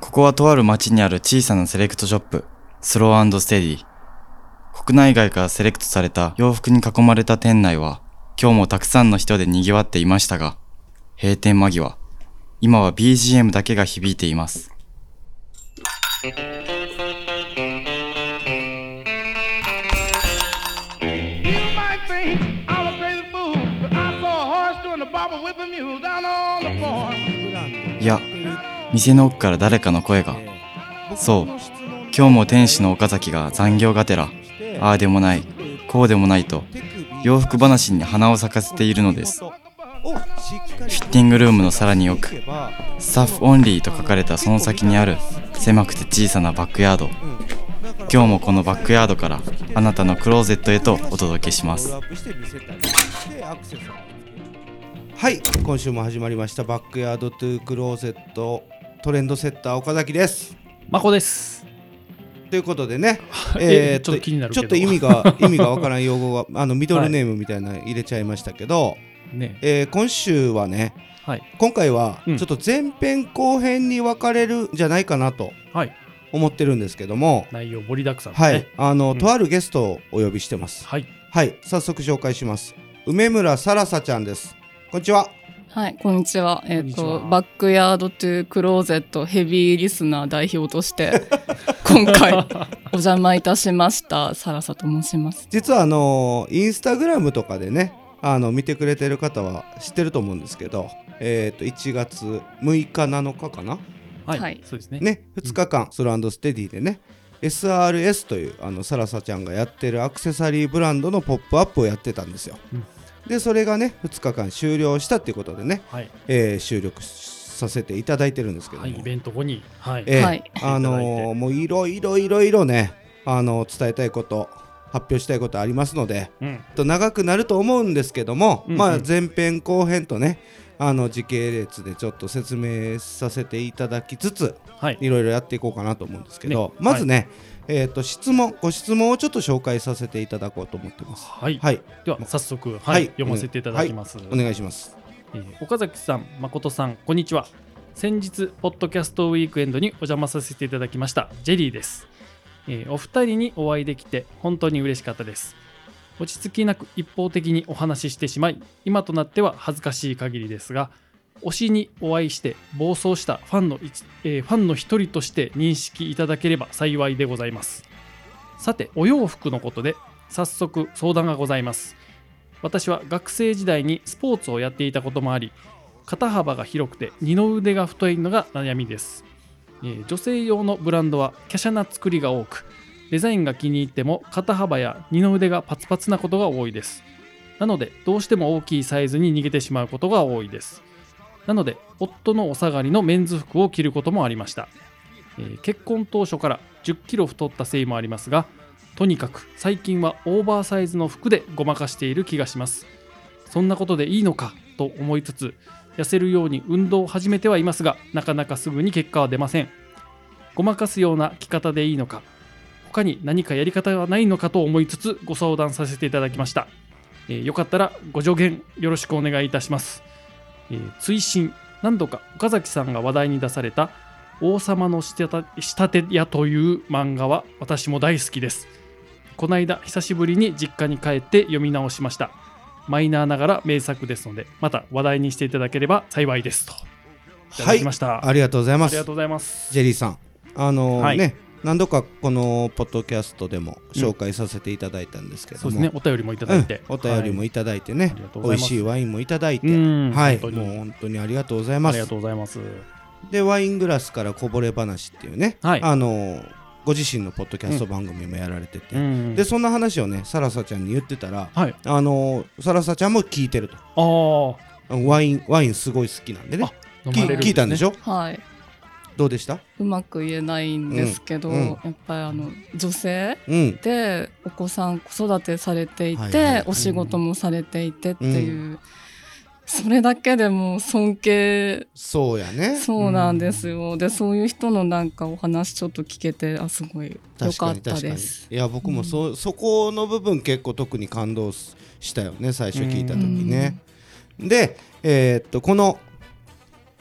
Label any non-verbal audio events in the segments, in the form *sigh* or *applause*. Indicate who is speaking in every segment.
Speaker 1: ここはとある町にある小さなセレクトショップ、スローステディ。国内外からセレクトされた洋服に囲まれた店内は、今日もたくさんの人で賑わっていましたが、閉店間際、今は BGM だけが響いています。
Speaker 2: You might think I'm a crazy fool, but I saw a horse doing the barber whip a mule down on the floor.
Speaker 1: いや、店の奥から誰かの声が。そう、今日も店主の岡崎が残業がてら、ああでもない、こうでもないと、洋服話に花を咲かせているのです
Speaker 3: フ。ィ
Speaker 1: フィッティングルームのさらに奥、
Speaker 3: グ
Speaker 1: スタッフオンリーと書かれたその先にある狭くて小さなバックヤード今日もこのバックヤードからあなたのクローゼットへとお届けします
Speaker 3: はい今週も始まりましたバックヤードトゥークローゼットトレンドセッター岡崎です
Speaker 4: まこです。
Speaker 3: ということでね、
Speaker 4: え
Speaker 3: ー
Speaker 4: ちょっと気になる
Speaker 3: ち
Speaker 4: け
Speaker 3: ょっと
Speaker 4: ど
Speaker 3: 意味
Speaker 4: *laughs*
Speaker 3: が意味がわからん用語があのミドルネームみたいなの入れちゃいましたけど、
Speaker 4: ね。
Speaker 3: えー今週はね
Speaker 4: はい。
Speaker 3: 今回はちょ
Speaker 4: う
Speaker 3: っ
Speaker 4: ん
Speaker 3: と前編後編に分かれるんじゃないかなと
Speaker 4: はい。
Speaker 3: 思ってるんですけども、
Speaker 4: 内容盛りだくさんです
Speaker 3: は
Speaker 4: ね。
Speaker 3: い、あの、
Speaker 4: うん
Speaker 3: とあるゲストをお呼びしてます。
Speaker 4: はい。
Speaker 3: はい、早速紹介します。梅村さらさちゃんです。こんにちは。
Speaker 5: はい、こんにちは。えっ、
Speaker 4: こんにち
Speaker 5: と
Speaker 4: は、
Speaker 5: バックヤードトゥクローゼットヘビーリスナー代表として、 *laughs* 今
Speaker 3: *laughs*
Speaker 5: 回、お邪魔いたしました。サラサと申します。
Speaker 3: 実はあのインスタグラムとかでね、あの見てくれてる方は知ってると思うんですけど、えっ、と1月6日7日かな、
Speaker 4: はい。
Speaker 5: はい
Speaker 4: そうですね。
Speaker 3: ね、2日間スローステディでね。SRS というあのサラサちゃんがやってるアクセサリーブランドのポップアップをやってたんですよ、
Speaker 4: うん
Speaker 3: でそれがね2日間終了したっていうことでね、
Speaker 4: はい。
Speaker 3: えー収録させていただいてるんですけども、
Speaker 4: はい。イベント後に。はい。
Speaker 3: ええ
Speaker 5: はい
Speaker 3: あのーもういろいろいろいろね、あのー伝えたいこと発表したいことありますので
Speaker 4: うん。
Speaker 3: と長くなると思うんですけども、
Speaker 4: うんうん
Speaker 3: まあ、前編後編とねあの時系列でちょっと説明させていただきつつ
Speaker 4: はい。
Speaker 3: いろいろやっていこうかなと思うんですけど、
Speaker 4: ね
Speaker 3: まずね、えー、と質問ご質問をちょっと紹介させていただこうと思ってます。
Speaker 4: はい。
Speaker 3: はい、
Speaker 4: では早速、はい、
Speaker 3: はい
Speaker 4: 読ませていただきます。
Speaker 3: お願いします。
Speaker 4: えー岡崎さん、誠さん、こんにちは。先日、ポッドキャストウィークエンドにお邪魔させていただきました、ジェリーです。えーお二人にお会いできて、本当に嬉しかったです。落ち着きなく一方的にお話ししてしまい、今となっては恥ずかしい限りですが、推しにお会いして暴走したファンの一、えーファンの一人として認識いただければ幸いでございます。さて、お洋服のことで、早速相談がございます。私は学生時代にスポーツをやっていたこともあり肩幅が広くて二の腕が太いのが悩みです、えー女性用のブランドは華奢な作りが多くデザインが気に入っても肩幅や二の腕がパツパツなことが多いですなのでどうしても大きいサイズに逃げてしまうことが多いですなので夫のお下がりのメンズ服を着ることもありました、えー結婚当初から1 0キロ太ったせいもありますがとにかく最近はオーバーサイズの服でごまかしている気がしますそんなことでいいのかと思いつつ痩せるように運動を始めてはいますがなかなかすぐに結果は出ませんごまかすような着方でいいのか他に何かやり方はないのかと思いつつご相談させていただきました、えーよかったらご助言よろしくお願いいたします、えー追伸何度か岡崎さんが話題に出された「王様の仕立て仕立て屋」という漫画は私も大好きですこの間久しぶりに実家に帰って読み直しましたマイナーながら名作ですのでまた話題にしていただければ幸いですといた
Speaker 3: は
Speaker 4: だき
Speaker 3: い
Speaker 4: ま、した、
Speaker 3: ありがとうございま
Speaker 4: あ
Speaker 3: す
Speaker 4: りが。とうございます
Speaker 3: ジェリーさん、あのー
Speaker 4: はい
Speaker 3: ね、何度かこのポッドキャストでも紹介させていただいたんですけど
Speaker 4: そ
Speaker 3: も、
Speaker 4: うですね、お便りもいただいて、
Speaker 3: うんお便りも
Speaker 4: はい
Speaker 3: いただいてね
Speaker 4: ありが、とうご
Speaker 3: 美
Speaker 4: ざ
Speaker 3: 味
Speaker 4: います
Speaker 3: しいワインもいただいて、
Speaker 4: うん
Speaker 3: はい、
Speaker 4: 本当
Speaker 3: も
Speaker 4: に
Speaker 3: う本当にありがとうござい
Speaker 4: あ
Speaker 3: ま
Speaker 4: りが
Speaker 3: す
Speaker 4: と。うございます。
Speaker 3: で、ワイングラスからこぼれ話っていうね、
Speaker 4: はい
Speaker 3: あのーご自身のポッドキャスト番組もやられてて、
Speaker 4: うん
Speaker 3: で、そんな話をね、サラサちゃんに言ってたら、
Speaker 4: はい、
Speaker 3: あのーサラサちゃんも聞いてると。
Speaker 4: あー
Speaker 3: ワイン、ワインすごい好きなんでね
Speaker 4: あ。飲
Speaker 3: き
Speaker 4: まれる
Speaker 3: 聞いたんでし
Speaker 4: ょ
Speaker 3: ょ
Speaker 5: はい。
Speaker 3: どうでした
Speaker 5: うまく言えないんですけど、
Speaker 3: うんうん
Speaker 5: やっぱりあの、女性
Speaker 3: うん。
Speaker 5: でお子さん子育てされていて、
Speaker 3: はいはいはい
Speaker 5: お仕事もされていてっていう、それだけでもう尊敬
Speaker 3: そうやね。
Speaker 5: そうなんですよ、でそういう人のなんかお話ちょっと聞けてあすごい良かったです。
Speaker 3: いや僕もそ,、そこの部分結構特に感動ししたよね最初聞いた時ね。で、えーっとこの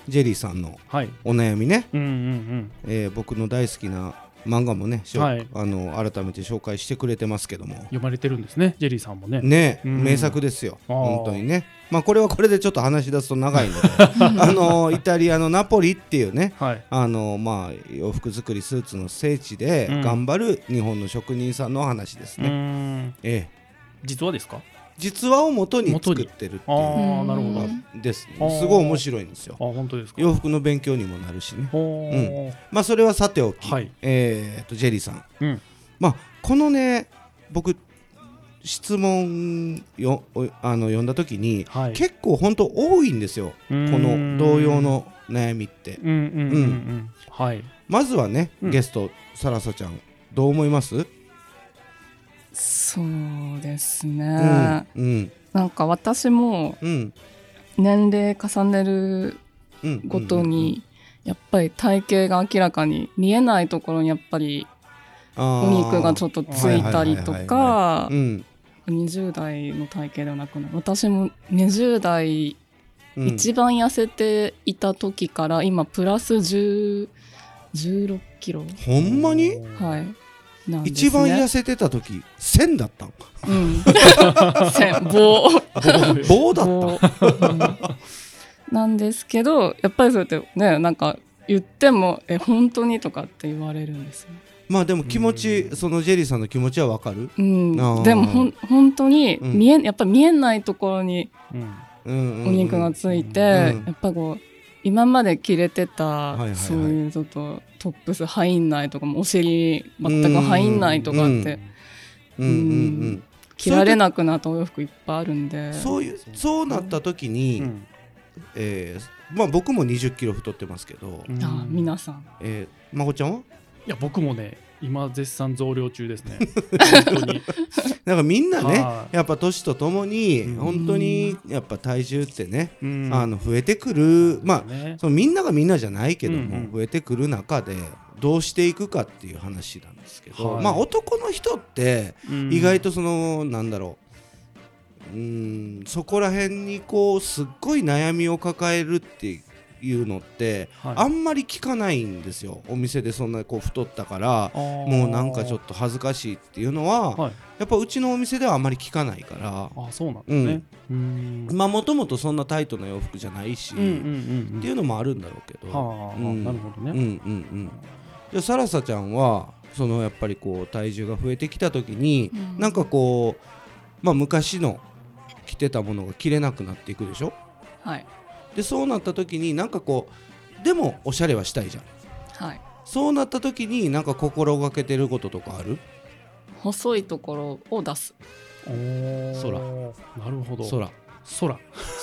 Speaker 3: ジェリーさんの
Speaker 4: はい。
Speaker 3: お悩みね、
Speaker 4: うんうんうん。
Speaker 3: えー僕の大好きな漫画もね、しょ
Speaker 4: はい
Speaker 3: あの改めて紹介してくれてますけども
Speaker 4: 読まれてるんですね、ジェリーさんもね。
Speaker 3: ね、
Speaker 4: うん
Speaker 3: 名作ですよ
Speaker 4: あー
Speaker 3: 本当にねまあこれはこれでちょっと話し出すと長いので
Speaker 4: *laughs*
Speaker 3: あのイタリアのナポリっていうね
Speaker 4: はい。
Speaker 3: あのまあ洋服作りスーツの聖地で
Speaker 4: うん
Speaker 3: 頑張る日本の職人さんのお話です
Speaker 4: う
Speaker 3: ね、
Speaker 4: ーん。
Speaker 3: ええ
Speaker 4: 実はですか
Speaker 3: 実話を元に作ってるって
Speaker 4: あ
Speaker 3: いう
Speaker 4: あ、なるほど。
Speaker 5: う
Speaker 4: あ
Speaker 5: ん
Speaker 3: です
Speaker 4: あー
Speaker 3: ねすごい面白いんですよ
Speaker 4: 本当ですか。
Speaker 3: 洋服の勉強にもなるしね
Speaker 4: ほー
Speaker 3: まあそれはさておき、
Speaker 4: はい
Speaker 3: えーとジェリーさん
Speaker 4: うん。
Speaker 3: まあこのね僕質問よおあの読んだ時に、
Speaker 4: はい。
Speaker 3: 結構本当多いんですよ
Speaker 4: こ
Speaker 3: この同様。の悩みって
Speaker 4: うんうんうんうん。はい。
Speaker 3: まずはね、
Speaker 4: うん
Speaker 3: ゲストサラサちゃんどう思います、
Speaker 5: そうですね、
Speaker 3: うんうん
Speaker 5: なんか私も
Speaker 3: うん
Speaker 5: 年齢重ねる
Speaker 3: うん
Speaker 5: ごとにやっぱり体型が明らかに見えないところにやっぱりお肉がちょ
Speaker 3: っ
Speaker 5: っとついた
Speaker 3: あーはいはい
Speaker 5: りと
Speaker 3: はい
Speaker 5: か
Speaker 3: うん
Speaker 5: 20代の体型ではなくなる私も20代
Speaker 3: うん
Speaker 5: 一番痩せていた時から今プラス10 16キロ
Speaker 3: ほんまに
Speaker 5: はいなんです、ね、
Speaker 3: 一番痩せてた時1000だ
Speaker 4: *laughs*
Speaker 3: ったん
Speaker 5: うん
Speaker 3: *laughs*
Speaker 5: せん *laughs* 棒
Speaker 3: 棒だったん
Speaker 5: った。なんですけどやっぱりそうやってねなんか言っても「え本当に?」とかって言われるんですよ。
Speaker 3: まあでも気持ちそのジェリーさんの気持ちはわかる
Speaker 5: うん
Speaker 3: あー、
Speaker 5: でもほん本当に
Speaker 3: うん
Speaker 5: 見え、やっぱ見えないところに
Speaker 4: うん。
Speaker 3: お
Speaker 5: お肉がついて、
Speaker 3: うん
Speaker 5: やっぱこう今まで着れてた、
Speaker 3: いはいはい
Speaker 5: そういうちょっとトップス入んないとかもお尻全く入んないとかって、
Speaker 3: うんうんうんうん
Speaker 5: 着られなくなったお洋服いっぱいあるんで
Speaker 3: そういうそうなった時に、
Speaker 4: うん
Speaker 3: えーまあ僕も2 0キロ太ってますけど、
Speaker 4: うん
Speaker 5: あ皆さん
Speaker 3: えー、まこちゃんはい
Speaker 4: や僕もね今絶賛増量中ですね
Speaker 3: *laughs*
Speaker 4: 本当に
Speaker 3: なんかみんなね
Speaker 4: は
Speaker 3: やっぱ年とともに
Speaker 4: うん
Speaker 3: 本当にやっぱ体重ってね、
Speaker 4: うん
Speaker 3: あの増えてくるまあ
Speaker 4: ね
Speaker 3: そのみんながみんなじゃないけども、
Speaker 4: うんうん
Speaker 3: 増えてくる中でどうしていくかっていう話なんですけど、
Speaker 4: はい
Speaker 3: まあ男の人って
Speaker 4: うん
Speaker 3: 意外とその、なんだろううーんそこら辺にこうすっごい悩みを抱えるっていうのって、
Speaker 4: はい
Speaker 3: あんまり聞かないんですよお店でそんなこう太ったからも
Speaker 4: も
Speaker 3: うなんかちょっと恥ずかしいっていうのは、
Speaker 4: はい
Speaker 3: やっぱうちのお店ではあんまり聞かないから
Speaker 4: あそうなんですねうん
Speaker 3: まあもともとそんなタイトな洋服じゃないし、
Speaker 4: うんうんうん
Speaker 3: っていうのもあるんだろうけど、
Speaker 4: はあ
Speaker 3: うん
Speaker 4: なるほど
Speaker 3: うんう
Speaker 4: ね
Speaker 3: んうんじゃあサラサちゃんはそのやっぱりこう体重が増えてきた時に、
Speaker 5: うん
Speaker 3: なんかこうまあ昔の着てたものが着れなくなっていくでしょ
Speaker 5: はい
Speaker 3: でそうなった時になんかこうでもおしゃれはしたいじゃん
Speaker 5: はい
Speaker 3: そうなった時になんか心がけてることとかある
Speaker 5: 細いところを出す
Speaker 4: おーなるほど
Speaker 3: 空
Speaker 4: 空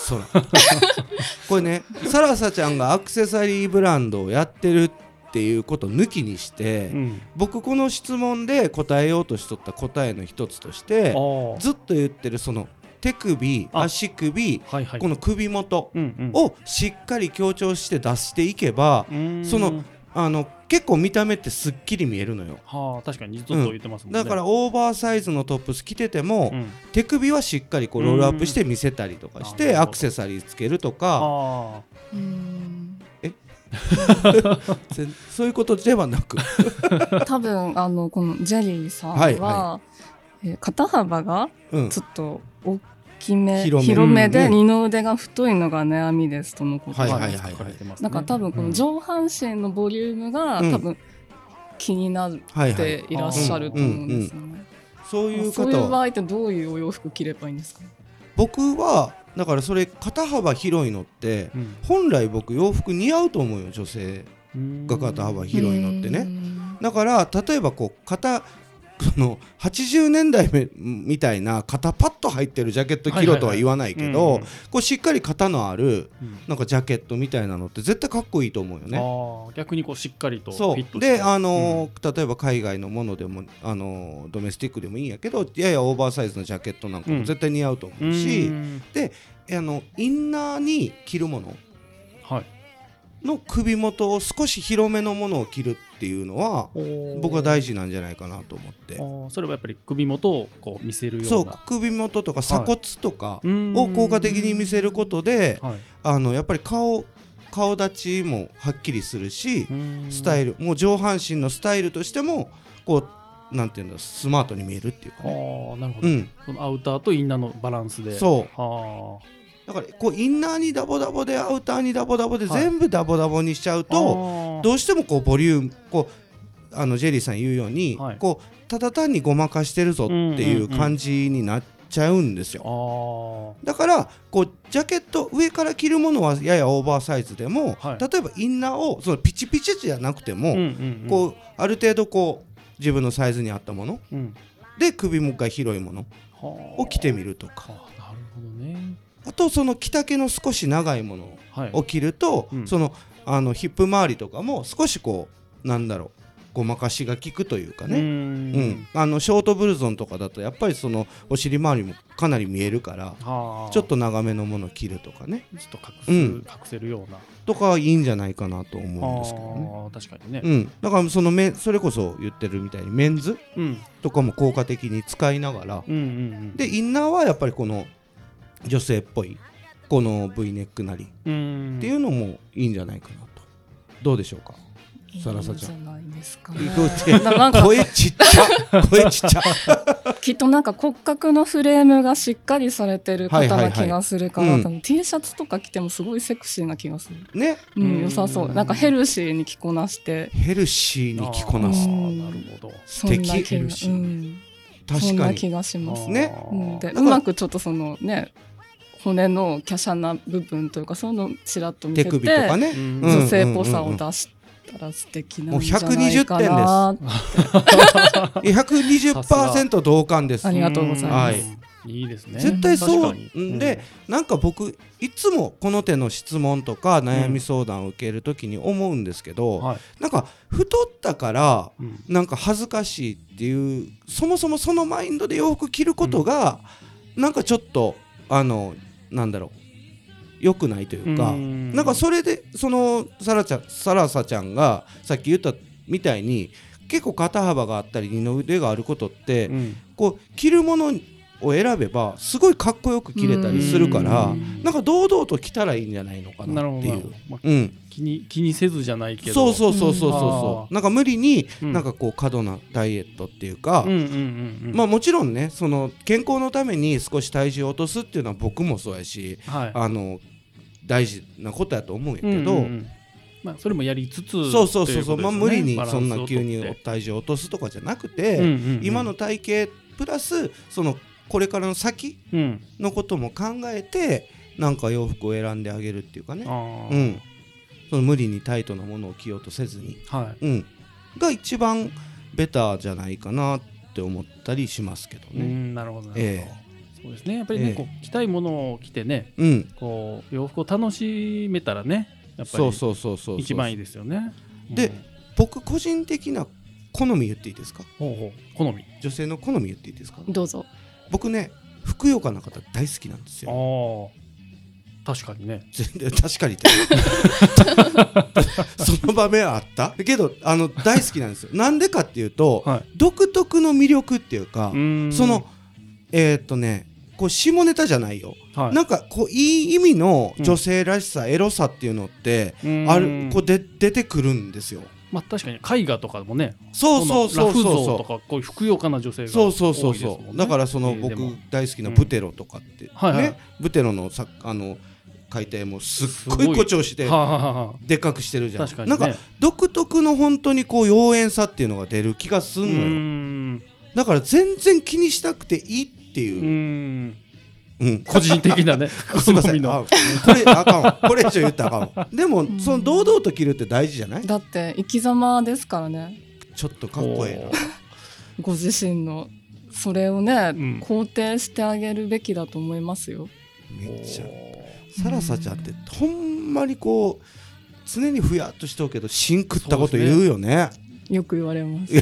Speaker 3: 空 *laughs* これねサラサちゃんがアクセサリーブランドをやってるっていうこと抜きにして、
Speaker 4: うん
Speaker 3: 僕この質問で答えようとしとった答えの一つとして
Speaker 4: ああ
Speaker 3: ずっと言ってるその手首
Speaker 4: あ
Speaker 3: 足首
Speaker 4: はいはい
Speaker 3: この首元
Speaker 4: うんうん
Speaker 3: をしっかり強調して出していけば
Speaker 4: うーん
Speaker 3: そのあの結構見た目ってすっきり見えるのよ
Speaker 4: はあ確かにずっと言ってますもんね
Speaker 3: だからオーバーサイズのトップス着てても、
Speaker 4: うん
Speaker 3: 手首はしっかりこうロールアップして見せたりとかし
Speaker 4: うん
Speaker 3: て、
Speaker 4: あなるほど
Speaker 3: アクセサリーつけるとか
Speaker 4: あ
Speaker 5: うん
Speaker 3: ぜそういうことではなく
Speaker 5: 多分あのこのジェリーさんは、
Speaker 3: はいは
Speaker 5: えー肩幅が
Speaker 3: うん
Speaker 5: ちょっと大きめ、
Speaker 3: 広
Speaker 5: 広
Speaker 3: めう
Speaker 5: めで
Speaker 3: ん
Speaker 5: 二の腕が太いのが悩みですとのこと
Speaker 4: あ
Speaker 5: で
Speaker 3: は
Speaker 5: す、
Speaker 3: いはいはい
Speaker 4: 書かれてますね
Speaker 5: なんか多分こ
Speaker 4: う
Speaker 5: の
Speaker 4: ん
Speaker 5: 上半身のボリュームが、
Speaker 3: うん
Speaker 5: 多分気になっ
Speaker 3: はいは
Speaker 5: て
Speaker 3: い
Speaker 5: いらっしゃると思うんですよね。
Speaker 3: そういう
Speaker 5: そ
Speaker 3: 方
Speaker 5: ういう場
Speaker 3: は
Speaker 5: 合ってどういうお洋服着ればいいんですか、
Speaker 3: 僕はだからそれ肩幅広いのって
Speaker 4: うん
Speaker 3: 本来僕洋服似合うと思うよ女性
Speaker 4: うん
Speaker 3: が肩幅広いのって
Speaker 5: う
Speaker 3: ね
Speaker 5: ん
Speaker 3: だから例えばこう肩その80年代めみたいな肩パッと入ってるジャケット着ろとは言わないけど、
Speaker 4: うん
Speaker 3: こうしっかり肩のある
Speaker 4: うん
Speaker 3: なんかジャケットみたいなのって絶対かっこいいと思うよね。
Speaker 4: ああ逆にこうしっかりとフィ
Speaker 3: そ
Speaker 4: ット
Speaker 3: う
Speaker 4: して
Speaker 3: であのー例えば海外のものでもあのードメスティックでもいいんやけどややオーバーサイズのジャケットなんか
Speaker 4: う
Speaker 3: も
Speaker 4: ん
Speaker 3: 絶対似合うと思
Speaker 4: うん
Speaker 3: うし、
Speaker 4: うん
Speaker 3: あのインナーに着るもの
Speaker 4: はい
Speaker 3: の首元を少し広めのものを着るっていうのは僕は大
Speaker 4: 事
Speaker 3: 事なんじゃないかなと思って
Speaker 4: それはやっぱり首元をこう見せるような
Speaker 3: そう首元とか鎖骨とか
Speaker 4: うん
Speaker 3: を効果的に見せることで、
Speaker 4: はい
Speaker 3: あのやっぱり顔顔立ちもはっきりするし、スタ
Speaker 4: イ
Speaker 3: イルもう上半身のスタイルとしてもこうなんていうんだスマートに見えるっていうか
Speaker 4: ああ
Speaker 3: ね、
Speaker 4: なるほ
Speaker 3: う
Speaker 4: ど、
Speaker 3: ん、
Speaker 4: そのアウターとインナーのバランスでう
Speaker 3: そう
Speaker 4: は
Speaker 3: だからこうインナーにダボダボでアウターにダボダボで
Speaker 4: はい
Speaker 3: 全部ダボダボにしちゃう
Speaker 4: あ
Speaker 3: と、
Speaker 4: あー
Speaker 3: どうしてもこうボリュームこうあのジェリーさん言うように、
Speaker 4: はい
Speaker 3: こうただ単にごまかしてるぞっていう
Speaker 4: んうんう
Speaker 3: うん感じになっちゃうんですよ。
Speaker 4: あー
Speaker 3: だからこうジャケット上から着るものはややオーバーサイズでも、
Speaker 4: はい
Speaker 3: 例えばインナーをそのピチピチじゃなくても、
Speaker 4: うんうんうん
Speaker 3: こうある程度こう自分のサイズに合ったもの
Speaker 4: うん、
Speaker 3: で首もが広いもの
Speaker 4: は
Speaker 3: を着てみるとか
Speaker 4: あなるほどね
Speaker 3: あとその着丈の少し長いもの
Speaker 4: はい
Speaker 3: を着ると、
Speaker 4: うん
Speaker 3: そのあのヒップ周りとかも少しこうなんだろうごまかしが効くというか
Speaker 4: うー
Speaker 3: ね、うん
Speaker 4: ん
Speaker 3: あのショートブルゾンとかだとやっぱりそのお尻周りもかなり見えるから
Speaker 4: はあ
Speaker 3: ちょっと長めのものを着るとかね
Speaker 4: ちょっと隠す、
Speaker 3: うん
Speaker 4: 隠せるような
Speaker 3: とかはいいんじゃないかなと思うんですけどね。
Speaker 4: ああ確かにね
Speaker 3: うん、だからそのメンそれこそ言ってるみたいにメンズ
Speaker 4: うん
Speaker 3: とかも効果的に使いながら
Speaker 4: うんうんうん
Speaker 3: でインナーはやっぱりこの女性っぽいこの V ネックなり
Speaker 4: うーん
Speaker 3: っていうのもいいんじゃないかなとどうでしょうか
Speaker 5: *laughs* いいん
Speaker 3: サラサ
Speaker 5: じ
Speaker 3: ちゃ
Speaker 5: ゃないですかね
Speaker 3: どうって
Speaker 5: ななんか
Speaker 3: 声ちっち
Speaker 5: *laughs*
Speaker 3: ゃ声ちっちゃ
Speaker 5: きっとなんか骨格のフレームがしっかりされてる
Speaker 3: はい
Speaker 5: 方
Speaker 3: はいは
Speaker 5: ない気がするから、
Speaker 3: うん
Speaker 5: 多分 T シャツとか着てもすごいセクシーな気がする、
Speaker 3: ね
Speaker 5: う
Speaker 4: うん
Speaker 5: ん、良さそうなんかヘルシーに着こなして
Speaker 3: ヘルシーに着こな
Speaker 4: あ
Speaker 3: す
Speaker 4: ーなるほど
Speaker 5: そんな
Speaker 3: 素敵
Speaker 5: 気
Speaker 3: ヘ
Speaker 5: が
Speaker 3: ルシー
Speaker 5: うん、そ
Speaker 3: 確
Speaker 5: ん
Speaker 3: か
Speaker 5: な
Speaker 3: に
Speaker 5: 気がします
Speaker 3: ね
Speaker 4: あ
Speaker 5: う
Speaker 4: ー
Speaker 5: んで
Speaker 3: だ
Speaker 5: う
Speaker 3: から
Speaker 5: まくちょっとそのね骨の華奢な部分というかそういうのをちらっと見
Speaker 3: 手
Speaker 5: せて
Speaker 3: 首とかね
Speaker 4: うん
Speaker 3: うん
Speaker 5: 女性っぽさを出したら素敵なんじゃないか
Speaker 3: もう120
Speaker 5: なって
Speaker 3: 120%同感です
Speaker 5: ありがとうございます
Speaker 4: いいですね
Speaker 3: 絶対そう
Speaker 4: 確か
Speaker 3: う
Speaker 4: に
Speaker 3: んでなんか僕いつもこの手の質問とか悩み相談を受けるときに思うんですけ
Speaker 4: うん
Speaker 3: ど
Speaker 4: はい
Speaker 3: なんか太ったから
Speaker 4: うん
Speaker 3: なんか恥ずかしいっていうそもそもそのマインドで洋服着ることが、なんかちょっとあのなんだろう良くないというか、
Speaker 4: うん
Speaker 3: なんかそれでそのサラちゃんサラサちゃんがさっき言ったみたいに結構肩幅があったり二の腕があることって、
Speaker 4: うん
Speaker 3: こう着るものを選べばすごいかっこよく着れたりするから、
Speaker 4: うん
Speaker 3: なんか堂々と着たらいいんじゃないのか
Speaker 4: な
Speaker 3: な
Speaker 4: るほ
Speaker 3: っ
Speaker 4: ど
Speaker 3: て
Speaker 4: ないるほ
Speaker 3: う
Speaker 4: ど。まあ
Speaker 3: うん、
Speaker 4: 気に気にせずじゃないけど
Speaker 3: そうそうそうそうそう
Speaker 4: うんあ
Speaker 3: そ
Speaker 4: ー
Speaker 3: うなんか無理に
Speaker 4: うん
Speaker 3: なんかこう過度なダイエットっていうか、
Speaker 4: うんうんうんうん
Speaker 3: まあもちろんねその健康のために少し体重を落とすっていうのは僕もそうやし
Speaker 4: はい
Speaker 3: あの大事なことやと思うんやけど、
Speaker 4: うんうんうんまあそれもやりつつ
Speaker 3: そうそうそう
Speaker 4: とい
Speaker 3: そうま
Speaker 4: ことですよ
Speaker 3: あ
Speaker 4: ね
Speaker 3: 無理に
Speaker 4: バランス
Speaker 3: そ
Speaker 4: を
Speaker 3: んな急に
Speaker 4: とって
Speaker 3: 体重を落とすとかじゃなくて、
Speaker 4: うんうんうん
Speaker 3: 今の体型プラスそのこれからの先
Speaker 4: うん
Speaker 3: のことも考えてなんか洋服を選んであげるっていうかね、
Speaker 4: あ
Speaker 3: う
Speaker 4: ー
Speaker 3: ん、その無理にタイトなものを着ようとせずに。
Speaker 4: はい
Speaker 3: うん、が一番ベターじゃないかなって思ったりしますけど
Speaker 4: う
Speaker 3: ね。
Speaker 4: んなるほどなるほど
Speaker 3: え
Speaker 4: そうですねやっぱりね
Speaker 3: ええ
Speaker 4: こう着たいものを着てね
Speaker 3: えうん、
Speaker 4: こう洋服を楽しめたらねやっぱ
Speaker 3: そう
Speaker 4: り
Speaker 3: そうそうそうそう
Speaker 4: 一番いいですよね
Speaker 3: で
Speaker 4: うん
Speaker 3: 僕個人的な好み言っていいですか
Speaker 4: ほうほう好み
Speaker 3: 女性の好み言っていいですか
Speaker 5: どうぞ
Speaker 3: 僕ねふくよかな方大好きなんです
Speaker 4: あ
Speaker 3: よ
Speaker 4: ー確かにね
Speaker 3: 全然確かにって *laughs* その場面あったけどあの大好きなんです
Speaker 4: *laughs*
Speaker 3: よなんでかっていうと、
Speaker 4: は
Speaker 3: 独特の魅力っていうか
Speaker 4: うーん
Speaker 3: そのえーっとねこう下ネタじゃないよ
Speaker 4: はい
Speaker 3: なんかこういい意味の女性らしさ、エロさっていうのってあ
Speaker 4: う
Speaker 3: る
Speaker 4: ん
Speaker 3: こうで出てくるんですよ。
Speaker 4: まあ確かに絵画とかもね
Speaker 3: そうそうそうそう
Speaker 4: このラフ像と
Speaker 3: そ
Speaker 4: かこういうふくよかな女性
Speaker 3: う。
Speaker 4: が
Speaker 3: そうそうそう
Speaker 4: 多いです
Speaker 3: そ
Speaker 4: もん
Speaker 3: う。
Speaker 4: ね
Speaker 3: だからその
Speaker 4: えーで
Speaker 3: 僕
Speaker 4: も
Speaker 3: 大好きな
Speaker 4: うん
Speaker 3: ブテロとかって
Speaker 4: はいはい
Speaker 3: ねブテロのさあの解体もすっご
Speaker 4: すご
Speaker 3: い
Speaker 4: い
Speaker 3: 誇張して
Speaker 4: はあはあはあ
Speaker 3: でかくしてるじゃん。
Speaker 4: 確かに
Speaker 3: な
Speaker 4: ね
Speaker 3: んか独特の本当にこう妖艶さっていうのが出る気がす
Speaker 4: うん
Speaker 3: のよ。
Speaker 4: ん
Speaker 3: だから全然気にしたくていいって
Speaker 4: う
Speaker 3: いう。
Speaker 4: ん
Speaker 3: うん。
Speaker 4: 個人的なね
Speaker 3: すいま
Speaker 4: 好
Speaker 3: せ
Speaker 4: み
Speaker 3: ん。
Speaker 4: の
Speaker 3: *laughs* あこれあかんわ。これ以上言ったらあかんわ。でもその堂々と着るって大事じゃない？
Speaker 5: だって生き様ですからね
Speaker 3: ちょっとかっこいいな
Speaker 4: お。
Speaker 5: ご自身のそれをね、
Speaker 4: ん
Speaker 5: 肯定してあげるべきだと思いますよ
Speaker 3: めっちゃ。サラサちゃんってほんまにこう常にふやっとしとうけど芯食ったこと言うよね
Speaker 5: よく言われます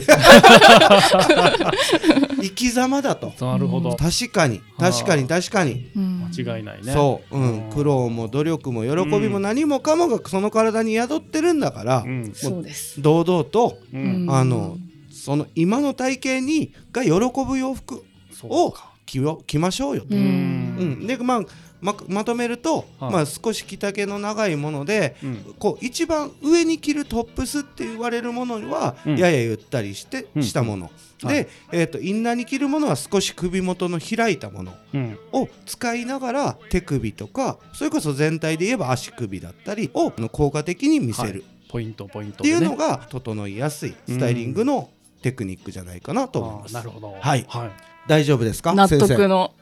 Speaker 3: 生き様だと
Speaker 4: なるほど
Speaker 3: 確かに確かに確かに、
Speaker 5: うん
Speaker 4: 間違いないね
Speaker 3: そう、う
Speaker 4: うん
Speaker 3: ん、苦労も努力も喜び
Speaker 4: う
Speaker 3: も
Speaker 4: ん
Speaker 3: 何もかもがその体に宿ってるんだから、
Speaker 4: うん
Speaker 5: そうです
Speaker 3: 堂々と
Speaker 4: う
Speaker 5: うんん
Speaker 3: あのその今の体型にが喜ぶ洋服
Speaker 4: そう
Speaker 3: を
Speaker 4: か
Speaker 3: 着よ着ましょうよと、
Speaker 5: う
Speaker 3: うん
Speaker 5: ん
Speaker 3: でまあままとめると、
Speaker 4: はい
Speaker 3: まあ、少し着丈の長いもので
Speaker 4: うん
Speaker 3: こう一番上に着るトップスって言われるものは、
Speaker 4: うん
Speaker 3: ややゆったりして、
Speaker 4: うん
Speaker 3: したもの、
Speaker 4: は
Speaker 3: で、えー、とインナーに着るものは少し首元の開いたもの
Speaker 4: うん
Speaker 3: を使いながら手首とかそれこそ全体で言えば足首だったりをあの効果的に見せ
Speaker 4: はい
Speaker 3: る
Speaker 4: ポイントポイン
Speaker 3: っ
Speaker 4: ト
Speaker 3: てい
Speaker 4: で
Speaker 3: う
Speaker 4: ね
Speaker 3: のが整いやすいスタイリングのテクニックじゃないかなと思いま
Speaker 4: あー
Speaker 3: す。
Speaker 4: なるほど
Speaker 3: はい
Speaker 4: はい
Speaker 3: 大丈夫ですか
Speaker 5: 納
Speaker 3: 先
Speaker 5: 得
Speaker 3: 生
Speaker 5: の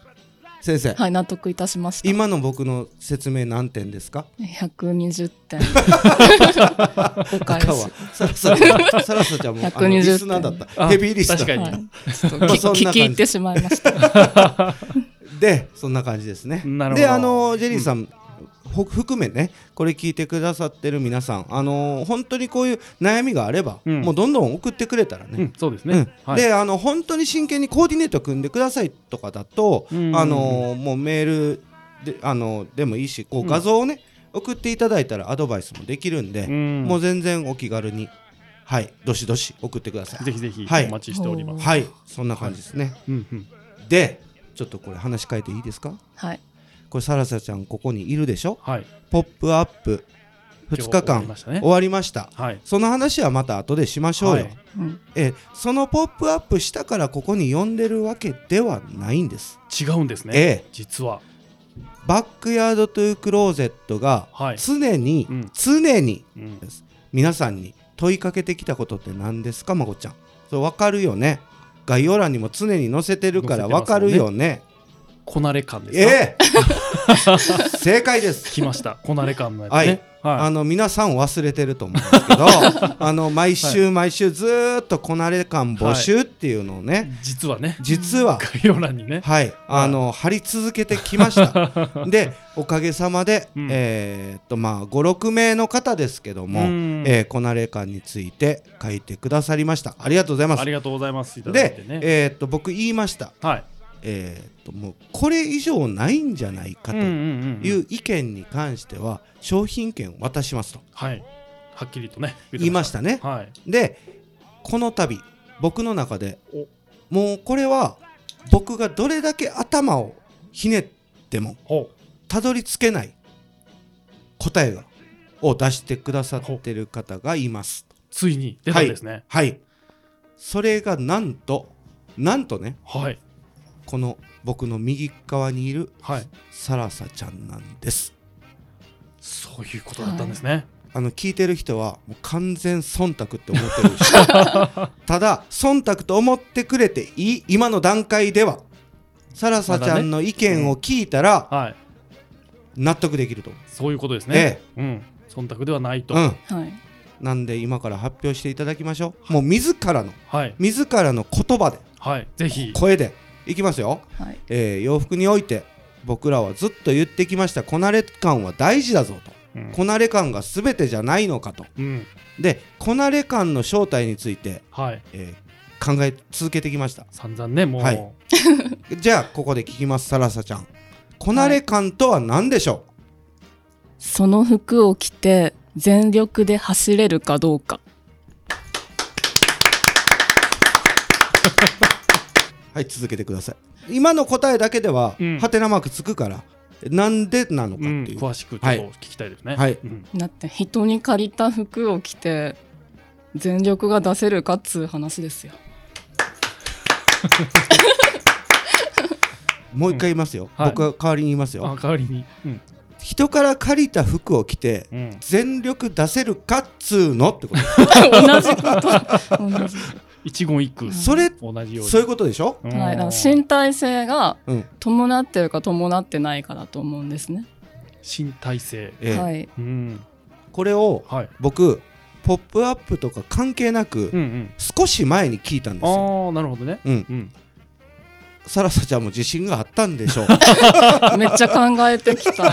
Speaker 3: 先生、
Speaker 5: はい納得いたしました
Speaker 3: 今の僕の説明何点ですか
Speaker 5: 120
Speaker 3: *laughs*
Speaker 5: 点お返し
Speaker 3: 赤はサラサラ
Speaker 4: *laughs*
Speaker 3: サラサちゃんもあの
Speaker 5: 120
Speaker 3: リスナーだった
Speaker 4: あ
Speaker 3: ヘビーリスナー
Speaker 4: 確かに
Speaker 5: はい、ちょっと
Speaker 3: まあ
Speaker 5: き
Speaker 3: そんな感じ
Speaker 5: 聞き入ってしまいました
Speaker 3: でそんな感じですね
Speaker 4: なるほど
Speaker 3: であのジェリーさん、ほ含めねこれ聞いてくださってる皆さんあの本当にこういう悩みがあれば、
Speaker 4: うん
Speaker 3: もうどんどん送ってくれたらね、
Speaker 4: うんそうですね
Speaker 3: うん
Speaker 4: はい
Speaker 3: であの本当に真剣にコーディネート組んでくださいとかだと、
Speaker 4: うん
Speaker 3: あのもうメールであのでもいいしこ
Speaker 4: う
Speaker 3: うん画像をね、送っていただいたらアドバイスもできるんで、
Speaker 4: うん
Speaker 3: もう全然お気軽にはいどしどし送ってください
Speaker 4: ぜひぜひ
Speaker 3: はい
Speaker 4: お待ちしております
Speaker 3: はいそんな感じですね、
Speaker 4: うんうん
Speaker 3: でちょっとこれ話変えていいですか
Speaker 5: はい
Speaker 3: これサラサちゃんここにいるでしょ
Speaker 4: はい
Speaker 3: 「ポップアップ2日
Speaker 4: 今日終わりま
Speaker 3: 間
Speaker 4: したね
Speaker 3: 終わりました
Speaker 4: はい
Speaker 3: その話はまた後でしましょうよ、
Speaker 4: はい
Speaker 5: うん
Speaker 3: えその「ポップアップしたからここに呼んでるわけではないんです、
Speaker 4: 違うんですね
Speaker 3: ええ
Speaker 4: 実は
Speaker 3: バックヤードトゥークローゼットが
Speaker 4: はい
Speaker 3: 常に、
Speaker 4: うん
Speaker 3: 常に
Speaker 4: うん
Speaker 3: 皆さんに問いかけてきたことって何ですかまこちゃんそれ分かるよね概要欄にも常に載せてるから
Speaker 4: 載せてますもん
Speaker 3: 分かる
Speaker 4: ね
Speaker 3: よね
Speaker 4: こなれ感ですか
Speaker 3: ええ *laughs* 正解です
Speaker 4: 来ましたこなれ感のやつね
Speaker 3: あ
Speaker 4: は
Speaker 3: の皆さん忘れてると思うんです
Speaker 4: *laughs*
Speaker 3: けどあの毎週毎週ずーっとこなれ感募集っていうのをね、
Speaker 4: い実はね
Speaker 3: 実は
Speaker 4: 概要欄にね
Speaker 3: はいあの、貼り続けてきました
Speaker 4: *laughs*
Speaker 3: でおかげさまで、
Speaker 4: うん
Speaker 3: えーっとまあ56名の方ですけども、
Speaker 4: うん
Speaker 3: えーこなれ感について書いてくださりましたありがとうございま
Speaker 4: あ
Speaker 3: す
Speaker 4: りがとうございますいただい
Speaker 3: で、
Speaker 4: てね
Speaker 3: えーっと僕言いました
Speaker 4: はい
Speaker 3: えーっともうこれ以上ないんじゃないかとい
Speaker 4: んんん
Speaker 3: う意見に関しては商品券を渡しますと
Speaker 4: はいはっきりとね
Speaker 3: 言いましたね
Speaker 4: はい
Speaker 3: でこの度僕の中でもうこれは僕がどれだけ頭をひねっても
Speaker 4: ほ
Speaker 3: たどり着けない答えがを出してくださってる方がいます。
Speaker 4: うついに出たんですね
Speaker 3: はい。それがなんとなんとね
Speaker 4: はい
Speaker 3: この僕の右側にいる
Speaker 4: はい
Speaker 3: サラサちゃんなんです。
Speaker 4: そういうことだったんですね
Speaker 3: あの聞いてる人はもう完全忖度って思ってる
Speaker 4: *laughs*
Speaker 3: しただ忖度と思ってくれていい今の段階ではサラサちゃんの意見を聞いたら
Speaker 4: はい
Speaker 3: 納得できると思
Speaker 4: そういうことです
Speaker 3: う、
Speaker 4: ね
Speaker 3: ええ
Speaker 4: うん忖度ではないと
Speaker 3: うん、
Speaker 5: はい
Speaker 3: なんで今から発表していただきましょうもう自らの
Speaker 4: はい
Speaker 3: 自らの言葉で
Speaker 4: はいぜひ
Speaker 3: 声でいきますよ、
Speaker 5: はい
Speaker 3: えー洋服において僕らはずっと言ってきましたこなれ感は大事だぞと
Speaker 4: うん
Speaker 3: こなれ感が全てじゃないのかと
Speaker 4: うん
Speaker 3: でこなれ感の正体について
Speaker 4: はい
Speaker 3: えー考え続けてきました
Speaker 4: 散々ねもう
Speaker 3: は
Speaker 4: はい
Speaker 3: いじゃあここで聞きますサラサちゃんこなれ感とは何でしょ
Speaker 5: その服を着て全力で走れるかどうか
Speaker 3: うはい、続けてください今の答えだけでは、
Speaker 4: うん
Speaker 3: ハテナマークつくからなんでなのか
Speaker 4: う
Speaker 3: っ
Speaker 4: ん
Speaker 3: ていう、
Speaker 4: 詳しくちょっと聞きたいですね
Speaker 3: はい
Speaker 4: うん
Speaker 5: だって人に借りた服を着て全力が出せるかっつう話ですよ
Speaker 3: もう一回言いますよ、
Speaker 4: はい
Speaker 3: 僕は代わりに言いますよ、
Speaker 4: あ代わりにうん
Speaker 3: 人から借りた服を着て、
Speaker 4: うん
Speaker 3: 全力出せるかっつうのってこと
Speaker 4: *laughs*
Speaker 5: 同じこと
Speaker 3: *laughs*
Speaker 5: 同じ、
Speaker 4: 一言一句
Speaker 3: それ
Speaker 4: 同じように
Speaker 3: そういうことでしょ、
Speaker 4: うん
Speaker 5: はい、だから身体性が
Speaker 3: うん
Speaker 5: 伴ってるか伴ってないかだと思うんですね、
Speaker 4: 身体性
Speaker 3: ええ
Speaker 5: はい
Speaker 4: うん
Speaker 3: これを
Speaker 4: はい
Speaker 3: 僕「ポップアップとか関係なく、
Speaker 4: うんうん
Speaker 3: 少し前に聞いたんですよ
Speaker 4: ああなるほどね
Speaker 3: うん
Speaker 4: うん
Speaker 3: サラサちゃんも自信があったんで
Speaker 4: *laughs*
Speaker 3: しょう
Speaker 5: めっちゃ考えてき
Speaker 3: *laughs*
Speaker 5: た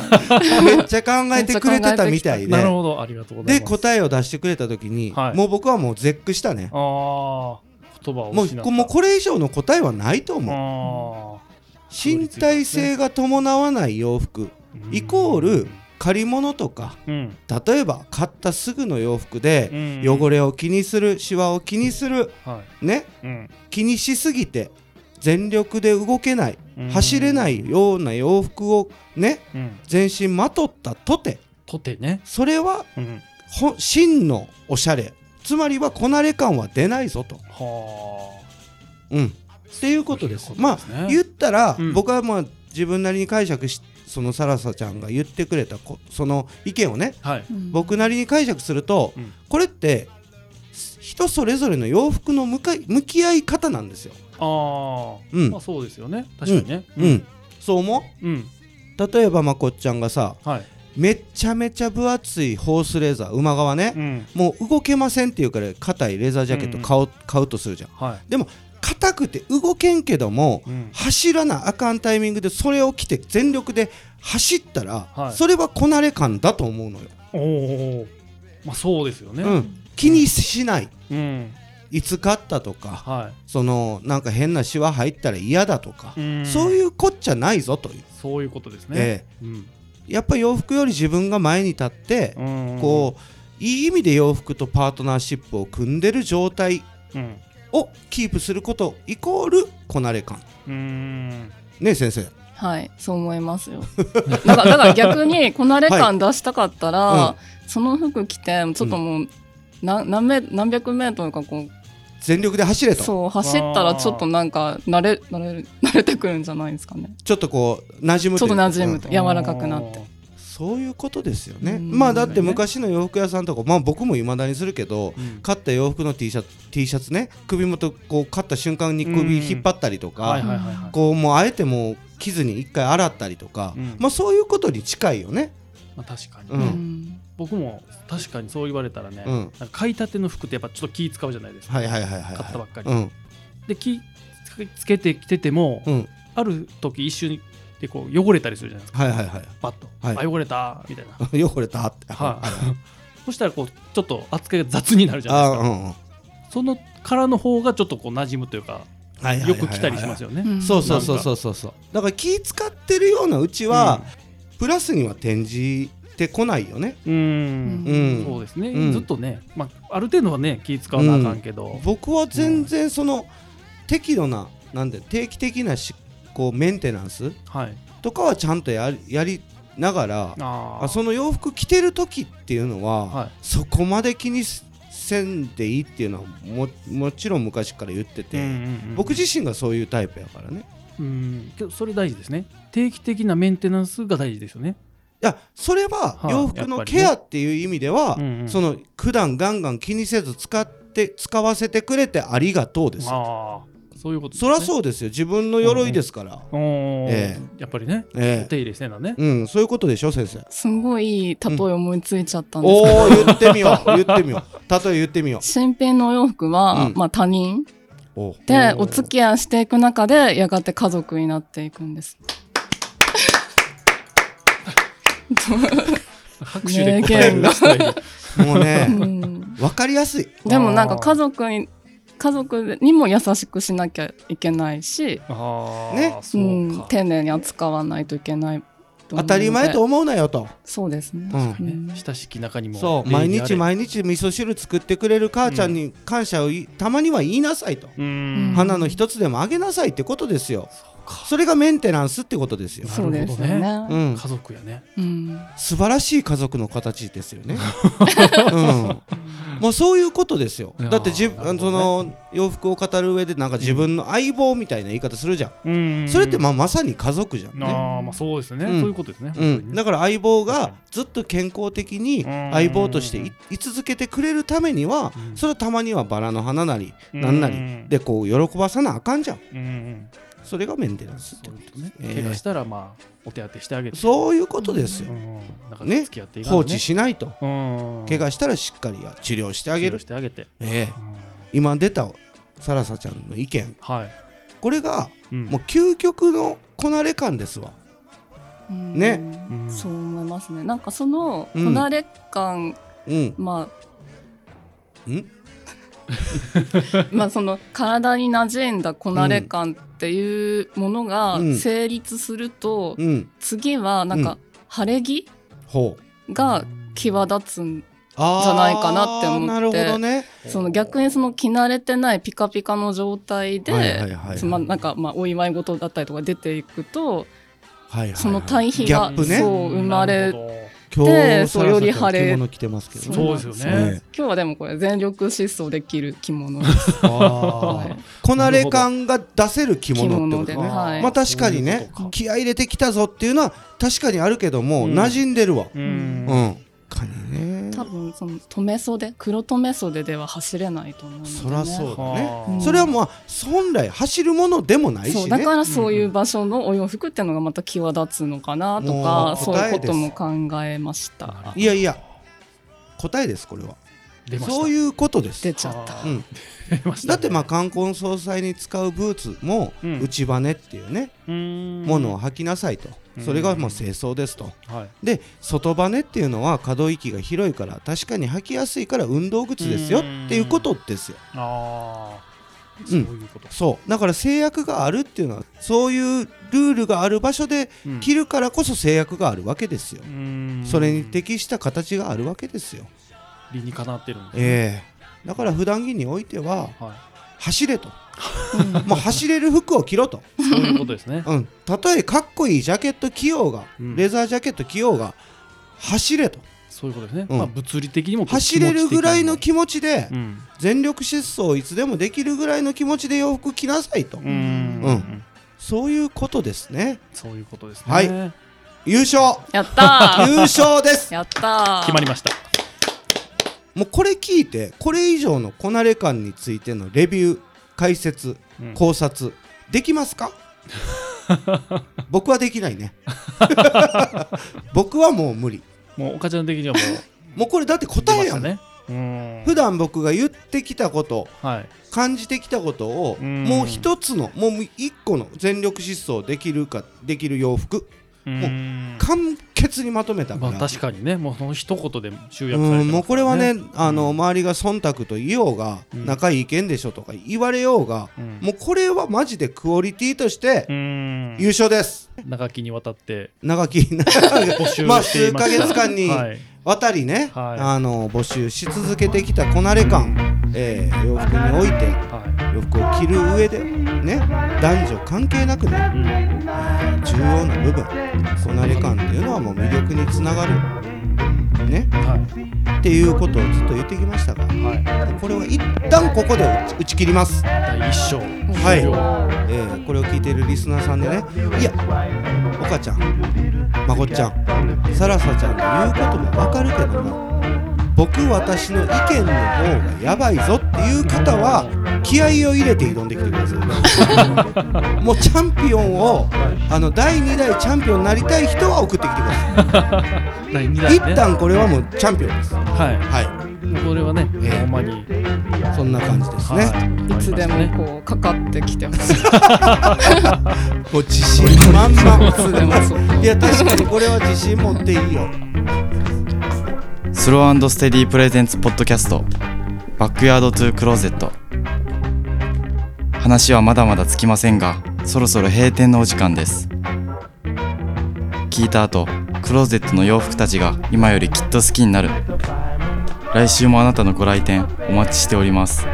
Speaker 3: めっちゃ考えてくれてたみたい
Speaker 4: な
Speaker 3: で
Speaker 4: るほどありがとうござい
Speaker 3: で
Speaker 4: ます
Speaker 3: 答えを出してくれた時に、
Speaker 4: はい
Speaker 3: もう僕はもう絶句したね
Speaker 4: ああ言葉を
Speaker 3: も
Speaker 4: 失った
Speaker 3: うもうこれ以上の答えはないと思う
Speaker 4: も
Speaker 3: 身体性が伴わない洋服
Speaker 4: うん
Speaker 3: イコール借り物とか
Speaker 4: うん
Speaker 3: 例えば買ったすぐの洋服
Speaker 4: う
Speaker 3: で
Speaker 4: ん
Speaker 3: 汚れを気にするシワを気にする
Speaker 4: は
Speaker 3: ね
Speaker 4: いうん
Speaker 3: 気にしすぎて全力で動けない
Speaker 4: うん
Speaker 3: 走れないような洋服をね
Speaker 4: うん
Speaker 3: 全身まとったとて
Speaker 4: とてね、
Speaker 3: それは
Speaker 4: うん、
Speaker 3: ほ真のおしゃれつまりはこなれ感は出ないぞと、
Speaker 4: は
Speaker 3: うん、っていうことです
Speaker 4: そういうこ
Speaker 3: ま
Speaker 4: とですね
Speaker 3: あ言ったら、
Speaker 4: うん
Speaker 3: 僕はまあ自分なりに解釈しそのサラサちゃんが言ってくれたこその意見をね
Speaker 4: あはい
Speaker 3: 僕なりに解釈すると、
Speaker 4: うん
Speaker 3: これって人それぞれの洋服の向かい向き合い方なんですよ。
Speaker 4: ああ、
Speaker 3: うん
Speaker 4: まあそうですよね確かにね
Speaker 3: うん、そう思
Speaker 4: うん
Speaker 3: う例えばまこっちゃんがさ
Speaker 4: はい
Speaker 3: めっちゃめちゃ分厚いホースレーザー馬側ね、
Speaker 4: うん
Speaker 3: もう動けませんっていうから硬いレーザージャケット買おう,、買うとするじゃん
Speaker 4: はい
Speaker 3: 硬くて動けんけども、
Speaker 4: うん
Speaker 3: 走らなあかんタイミングでそれを着て全力で走ったら、
Speaker 4: はい
Speaker 3: それはこなれ感だと思うのよ、
Speaker 4: おーまあそうですよね
Speaker 3: うん、気にしない
Speaker 4: うん
Speaker 3: いつ買ったとか
Speaker 4: は
Speaker 3: そのなんか変なシワ入ったら嫌だとか
Speaker 4: い、ん
Speaker 3: そういうこっちゃないぞという、
Speaker 4: そういうことですね、
Speaker 3: ええやっぱ洋服より自分が前に立って、
Speaker 4: うん
Speaker 3: こういい意味で洋服とパートナーシップを組んでる状態
Speaker 4: うんうん
Speaker 3: をキープすることイコールこなれ感
Speaker 4: うん
Speaker 3: ねえ先生
Speaker 5: はい、そう思いますよ。だからだから逆にこなれ感出したかったら、
Speaker 3: は
Speaker 5: その服着てちょっともう、な何メ何百メートルかこう
Speaker 3: 全力で走れと
Speaker 5: そう走ったらちょっとなんか慣れ慣れる *laughs* 慣れてくるんじゃないですかね。
Speaker 3: ちょっとこう馴染む
Speaker 5: ちょっと馴染む
Speaker 3: というか
Speaker 5: と柔らかくなって。
Speaker 3: うんそういうことですよね
Speaker 5: うん
Speaker 3: まあだって昔の洋服屋さんとかまあ僕もいまだにするけど
Speaker 4: うん
Speaker 3: 買った洋服の T シャツ T シャツね首元こう買った瞬間に首引っ張ったりと
Speaker 4: はい
Speaker 3: か
Speaker 4: はいはいはい
Speaker 3: こうもうあえてもう着ずに一回洗ったりとか、
Speaker 4: うん
Speaker 3: まあそういうことに近いよね。
Speaker 4: まあ確かに、
Speaker 3: うん
Speaker 5: うん
Speaker 4: 僕も確かにそう言われたらね、
Speaker 3: うん
Speaker 4: なんか買いたての服ってやっぱちょっと気使うじゃないですか、
Speaker 3: はいはいはいはい、はい。
Speaker 4: 買ったばっかり、
Speaker 3: うん
Speaker 4: で気つけてきてても、
Speaker 3: うん
Speaker 4: ある時一瞬でこう汚れたりするじゃないですか
Speaker 3: はいはいはい。
Speaker 4: パッと、
Speaker 3: はい
Speaker 4: あ汚れたみたいな
Speaker 3: *laughs* 汚れたって。。
Speaker 4: はいいそしたらこうちょっと扱いが雑になるじゃない
Speaker 3: あー
Speaker 4: です
Speaker 3: う
Speaker 4: か
Speaker 3: んうん。
Speaker 4: そのからの方がちょっとこう馴染むというか
Speaker 3: はいはいはいはい
Speaker 4: よく来たりしますよね、
Speaker 5: うん
Speaker 3: そうそうそうそうそうそう。だから気使ってるようなうちは、プラスには転じてこないよね。
Speaker 4: うん
Speaker 3: う。
Speaker 4: うんそうんですね、
Speaker 3: うん
Speaker 4: ずっとね、まあ、ある程度はね気使わなあかんけど、
Speaker 3: 僕は全然その適度ななんで定期的なしこうメンテナンス
Speaker 4: はい
Speaker 3: とかはちゃんとやりやりながら。
Speaker 4: あー
Speaker 3: あその洋服着てる時っていうのは、
Speaker 4: はい
Speaker 3: そこまで気にせんでいいっていうのはももちろん昔から言ってて、
Speaker 4: うんうんうん
Speaker 3: 僕自身がそういうタイプやからね
Speaker 4: うんけどそれ大事ですね定期的なメンテナンスが大事ですよね
Speaker 3: いやそれは
Speaker 4: はい
Speaker 3: 洋服
Speaker 4: やっぱ
Speaker 3: の
Speaker 4: りね
Speaker 3: ケアっていう意味では、
Speaker 4: うんうん
Speaker 3: その普段ガンガン気にせず使って使わせてくれてありがとうですよ
Speaker 4: ああそういうことです
Speaker 3: そ
Speaker 4: ね、
Speaker 3: りゃそうですよ自分の鎧ですから、
Speaker 4: うーん
Speaker 3: え
Speaker 4: やっぱりねお
Speaker 3: ええ
Speaker 4: 手入れせなね、
Speaker 3: うんそういうことでしょ先生
Speaker 5: すごいいい例え思いついちゃったんですけど、
Speaker 3: おお言ってみよう言ってみよう例え言ってみよ
Speaker 5: 新品のお洋服は、
Speaker 3: うん
Speaker 5: まあ他人
Speaker 3: うおう
Speaker 5: でお付き合いしていく中でやがて家族になっていくんです。
Speaker 4: 拍手で答えるスタイル
Speaker 3: もうね
Speaker 5: うん
Speaker 3: 分かりやすい
Speaker 5: でもなんか家族に家族にも優しくしなきゃいけないし、
Speaker 4: *laughs* ああ
Speaker 3: ね
Speaker 4: そううか、
Speaker 5: ん、丁寧に扱わないといけないと *laughs* 思
Speaker 3: 当
Speaker 5: うので
Speaker 3: たり前と思うなよと
Speaker 5: そうですね、
Speaker 3: う
Speaker 5: うん
Speaker 4: ね親しき中にも
Speaker 3: そう
Speaker 4: 礼
Speaker 3: 毎
Speaker 4: 儀あれ
Speaker 3: 日毎日味噌汁作ってくれる母ちゃんに感謝をいたまには言いなさいと、
Speaker 4: うー
Speaker 5: うん
Speaker 4: ん
Speaker 3: 花の一つでもあげなさいってことですよそれがメンテナンスってことですよ、
Speaker 5: そうですよ
Speaker 4: なる
Speaker 5: ね
Speaker 3: う
Speaker 4: 家
Speaker 3: ん、
Speaker 4: 族やね
Speaker 5: うん
Speaker 3: 素晴らしい家族の形です
Speaker 4: *laughs*
Speaker 3: よね、うん、もうそういうことですよ
Speaker 4: いやー
Speaker 3: だってじぶ
Speaker 4: なるほど
Speaker 3: そ
Speaker 4: ね
Speaker 3: の洋服を語る上でなんか自分の相棒みたいな言い方するじゃん、
Speaker 4: うん
Speaker 3: それってまあまさに家族じゃんね、
Speaker 4: ああまあそうですね、
Speaker 3: うん
Speaker 4: そういうことですね、
Speaker 3: うん、だ
Speaker 4: か
Speaker 3: から相棒がずっと健康的に
Speaker 4: うん
Speaker 3: 相棒としていい続けてくれるためには
Speaker 4: うん
Speaker 3: それはたまにはバラの花なりなんな
Speaker 4: う
Speaker 3: り
Speaker 4: ん
Speaker 3: でこう喜ばさなあかんじゃん
Speaker 4: ら、うんうん、
Speaker 3: それがメンテナンスって
Speaker 4: そう
Speaker 3: こ
Speaker 4: いうことね、
Speaker 3: ええ
Speaker 4: 怪我したらまあお手当てしてあげ
Speaker 3: と
Speaker 4: て
Speaker 3: そういうことです
Speaker 4: う
Speaker 3: よ
Speaker 4: ん、だから
Speaker 3: ね
Speaker 4: 付き合っていかな
Speaker 3: 放
Speaker 4: いね
Speaker 3: 置しないと
Speaker 4: うん
Speaker 3: 怪我したらしっかりや治療してあげ
Speaker 4: 治療
Speaker 3: る
Speaker 4: してあげて、
Speaker 3: ええ
Speaker 4: うん
Speaker 3: 今出たサラサちゃんの意見
Speaker 4: はい、
Speaker 3: これが
Speaker 4: うん
Speaker 3: もう究極のこなれ感ですわ
Speaker 5: うん
Speaker 3: ね
Speaker 4: うん
Speaker 5: そう思いますねなんかそのこ
Speaker 3: うん
Speaker 5: なれ感、
Speaker 3: うん
Speaker 5: まあ *laughs*
Speaker 3: うん
Speaker 5: まあその体に馴染んだこなれ感っていうものが
Speaker 3: うん
Speaker 5: 成立すると、
Speaker 3: うん
Speaker 5: 次はなん
Speaker 3: う
Speaker 5: か晴れ着
Speaker 3: ほう
Speaker 5: が際立つん
Speaker 3: あー
Speaker 5: じゃないかなって思って
Speaker 3: なるほどね。
Speaker 5: その逆にその着慣れてないピカピカの状態で、
Speaker 3: はいはいはい
Speaker 5: つまなんかまあお祝い事だったりとか出ていく
Speaker 3: は
Speaker 5: と
Speaker 3: いはいはい
Speaker 5: その対比が
Speaker 3: ギャップね。
Speaker 5: そう生まれ
Speaker 3: 今
Speaker 5: で
Speaker 3: 日
Speaker 5: そうより晴れ
Speaker 3: サラさん着物着てますけど
Speaker 4: そ
Speaker 3: ね。
Speaker 4: うですよね。
Speaker 5: 今日はでもこれ全力疾走できる
Speaker 3: *laughs*
Speaker 5: 着物です
Speaker 3: あ
Speaker 5: *laughs*
Speaker 3: ーこなれ感が出せる着物ってことね。
Speaker 5: 着物ではい
Speaker 3: まあ確かにね
Speaker 4: そういうことか
Speaker 3: 気合い入れてきたぞっていうのは確かにあるけども、
Speaker 4: うん
Speaker 3: 馴染んでるわ。
Speaker 4: う
Speaker 3: うんん。かにね。
Speaker 5: 多分その留め袖黒留め袖では走れないと思うので、ね、
Speaker 3: そらそうだね。
Speaker 5: うん
Speaker 3: それはまあ本来走るものでもない
Speaker 5: そう
Speaker 3: し
Speaker 5: だ
Speaker 3: ね。
Speaker 5: からそういう場所のお洋服っていうのがまた際立つのかなと
Speaker 3: もう
Speaker 5: かそう
Speaker 3: 答
Speaker 5: い
Speaker 3: え
Speaker 5: う
Speaker 3: で
Speaker 5: こ
Speaker 3: す
Speaker 5: とも考えました
Speaker 3: いやいや答えですこれは。
Speaker 4: 出ました。
Speaker 3: そう
Speaker 4: う
Speaker 3: いうことです。
Speaker 5: 出ちゃった
Speaker 3: うん、
Speaker 4: 出ましたね
Speaker 3: だってまあ冠婚葬祭に使うブーツも
Speaker 4: うん
Speaker 3: 内羽っていうね、
Speaker 4: うん
Speaker 3: ものを履きなさいと、
Speaker 4: うん
Speaker 3: それがもう清掃ですと。
Speaker 4: はい
Speaker 3: で外羽っていうのは可動域が広いから確かに履きやすいから運動靴ですよっていうことですよ。
Speaker 4: ああそううんいうこと
Speaker 3: そうだから制約があるっていうのはそういうルールがある場所で
Speaker 4: うん
Speaker 3: 着るからこそ制約があるわけですよ
Speaker 4: う。ん
Speaker 3: それに適した形があるわけですよ。
Speaker 4: 理にかなってるんですね
Speaker 3: ええだから普段着においては
Speaker 4: は
Speaker 3: 走れと。 *laughs* もう走れる服を着ろと。
Speaker 4: いそういうことで
Speaker 3: *laughs*
Speaker 4: すね
Speaker 3: うん、たとえかっこいいジャケット着ようが、
Speaker 4: うん
Speaker 3: レザージャケット着ようが走れと
Speaker 4: そういうことですね
Speaker 3: うん
Speaker 4: まあ物理的にも
Speaker 3: 走れるぐらいの
Speaker 4: 持ち
Speaker 3: 気持ちで、
Speaker 4: 的にもうん
Speaker 3: 全力疾走をいつでもできるぐらいの気持ちで洋服着なさいと、
Speaker 4: うん
Speaker 3: うんそういうことですね
Speaker 4: そういうことですね
Speaker 3: はい
Speaker 4: 決
Speaker 3: 優勝
Speaker 5: やったー
Speaker 3: 優勝です
Speaker 5: やったー
Speaker 4: まりました
Speaker 3: もうこれ聞いてこれ以上のこなれ感についてのレビュー解説
Speaker 4: うん
Speaker 3: 考察できます
Speaker 4: *laughs*
Speaker 3: か僕はできないね僕はもう無理
Speaker 4: もうおかちゃん的にはもう
Speaker 3: もうこれだって答えやもん、
Speaker 4: 出ましたねう
Speaker 3: 普段僕が言ってきたこと
Speaker 4: んはい
Speaker 3: 感じてきたことを
Speaker 4: うん
Speaker 3: もう一つのもう一個の全力疾走できるかできる洋服
Speaker 4: うん
Speaker 3: 簡潔にまとめたか
Speaker 4: ま
Speaker 3: ら、
Speaker 4: あ確かにねもうその一言で集約され
Speaker 3: う
Speaker 4: てます
Speaker 3: んもうこれはねあの
Speaker 4: うん
Speaker 3: 周りが忖度と言おうが、
Speaker 4: うん
Speaker 3: 仲いいけんでしょとか言われようが、
Speaker 4: うん
Speaker 3: もうこれはマジでクオリティとして
Speaker 4: うん
Speaker 3: 優勝です、
Speaker 4: 長きにわたって
Speaker 3: 長き
Speaker 4: 募集
Speaker 3: まあ
Speaker 4: していまし
Speaker 3: 数
Speaker 4: た
Speaker 3: ヶ月間に
Speaker 4: はい
Speaker 3: 渡りね、
Speaker 4: はい
Speaker 3: あの募集し続けてきたこなれ感、えー洋服において
Speaker 4: は
Speaker 3: 洋服を着る上でね男女関係なくね
Speaker 4: いうん
Speaker 3: 重要な部分こなれ感っていうのはもう魅力につながるね
Speaker 4: は
Speaker 3: っていうことをずっと言ってきましたが
Speaker 4: いはい
Speaker 3: これは一旦ここで打ち打ち切ります、え
Speaker 4: 第一章
Speaker 3: はいーこれを聞いているリスナーさんでねいや岡ちゃんまこっちゃんさらさちゃんの言うこともわかるけども僕私の意見の方がやばいぞっていう方は気合を入れて挑んできてくださいもうチャンピオンをあの第2代チャンピオンになりたい人は送ってきてくださ
Speaker 4: 第二
Speaker 3: い
Speaker 4: 弾
Speaker 3: 一
Speaker 4: ね
Speaker 3: 旦これはもうチャンピオンです
Speaker 4: は
Speaker 3: はい
Speaker 4: いこれはねほ
Speaker 3: ええ
Speaker 4: んまに
Speaker 3: そんな感じですね、
Speaker 4: はい
Speaker 5: いつでもこうかかってきて
Speaker 3: *laughs*
Speaker 5: ほしい
Speaker 3: こう自信満々
Speaker 5: いつでもそう
Speaker 3: いや確かにこれは自信持っていいよ
Speaker 1: スローステディープレゼンツポッドキャストバックヤードトゥークローゼット話はまだまだつきませんがそろそろ閉店のお時間です聞いた後クローゼットの洋服たちが今よりきっと好きになる来週もあなたのご来店お待ちしております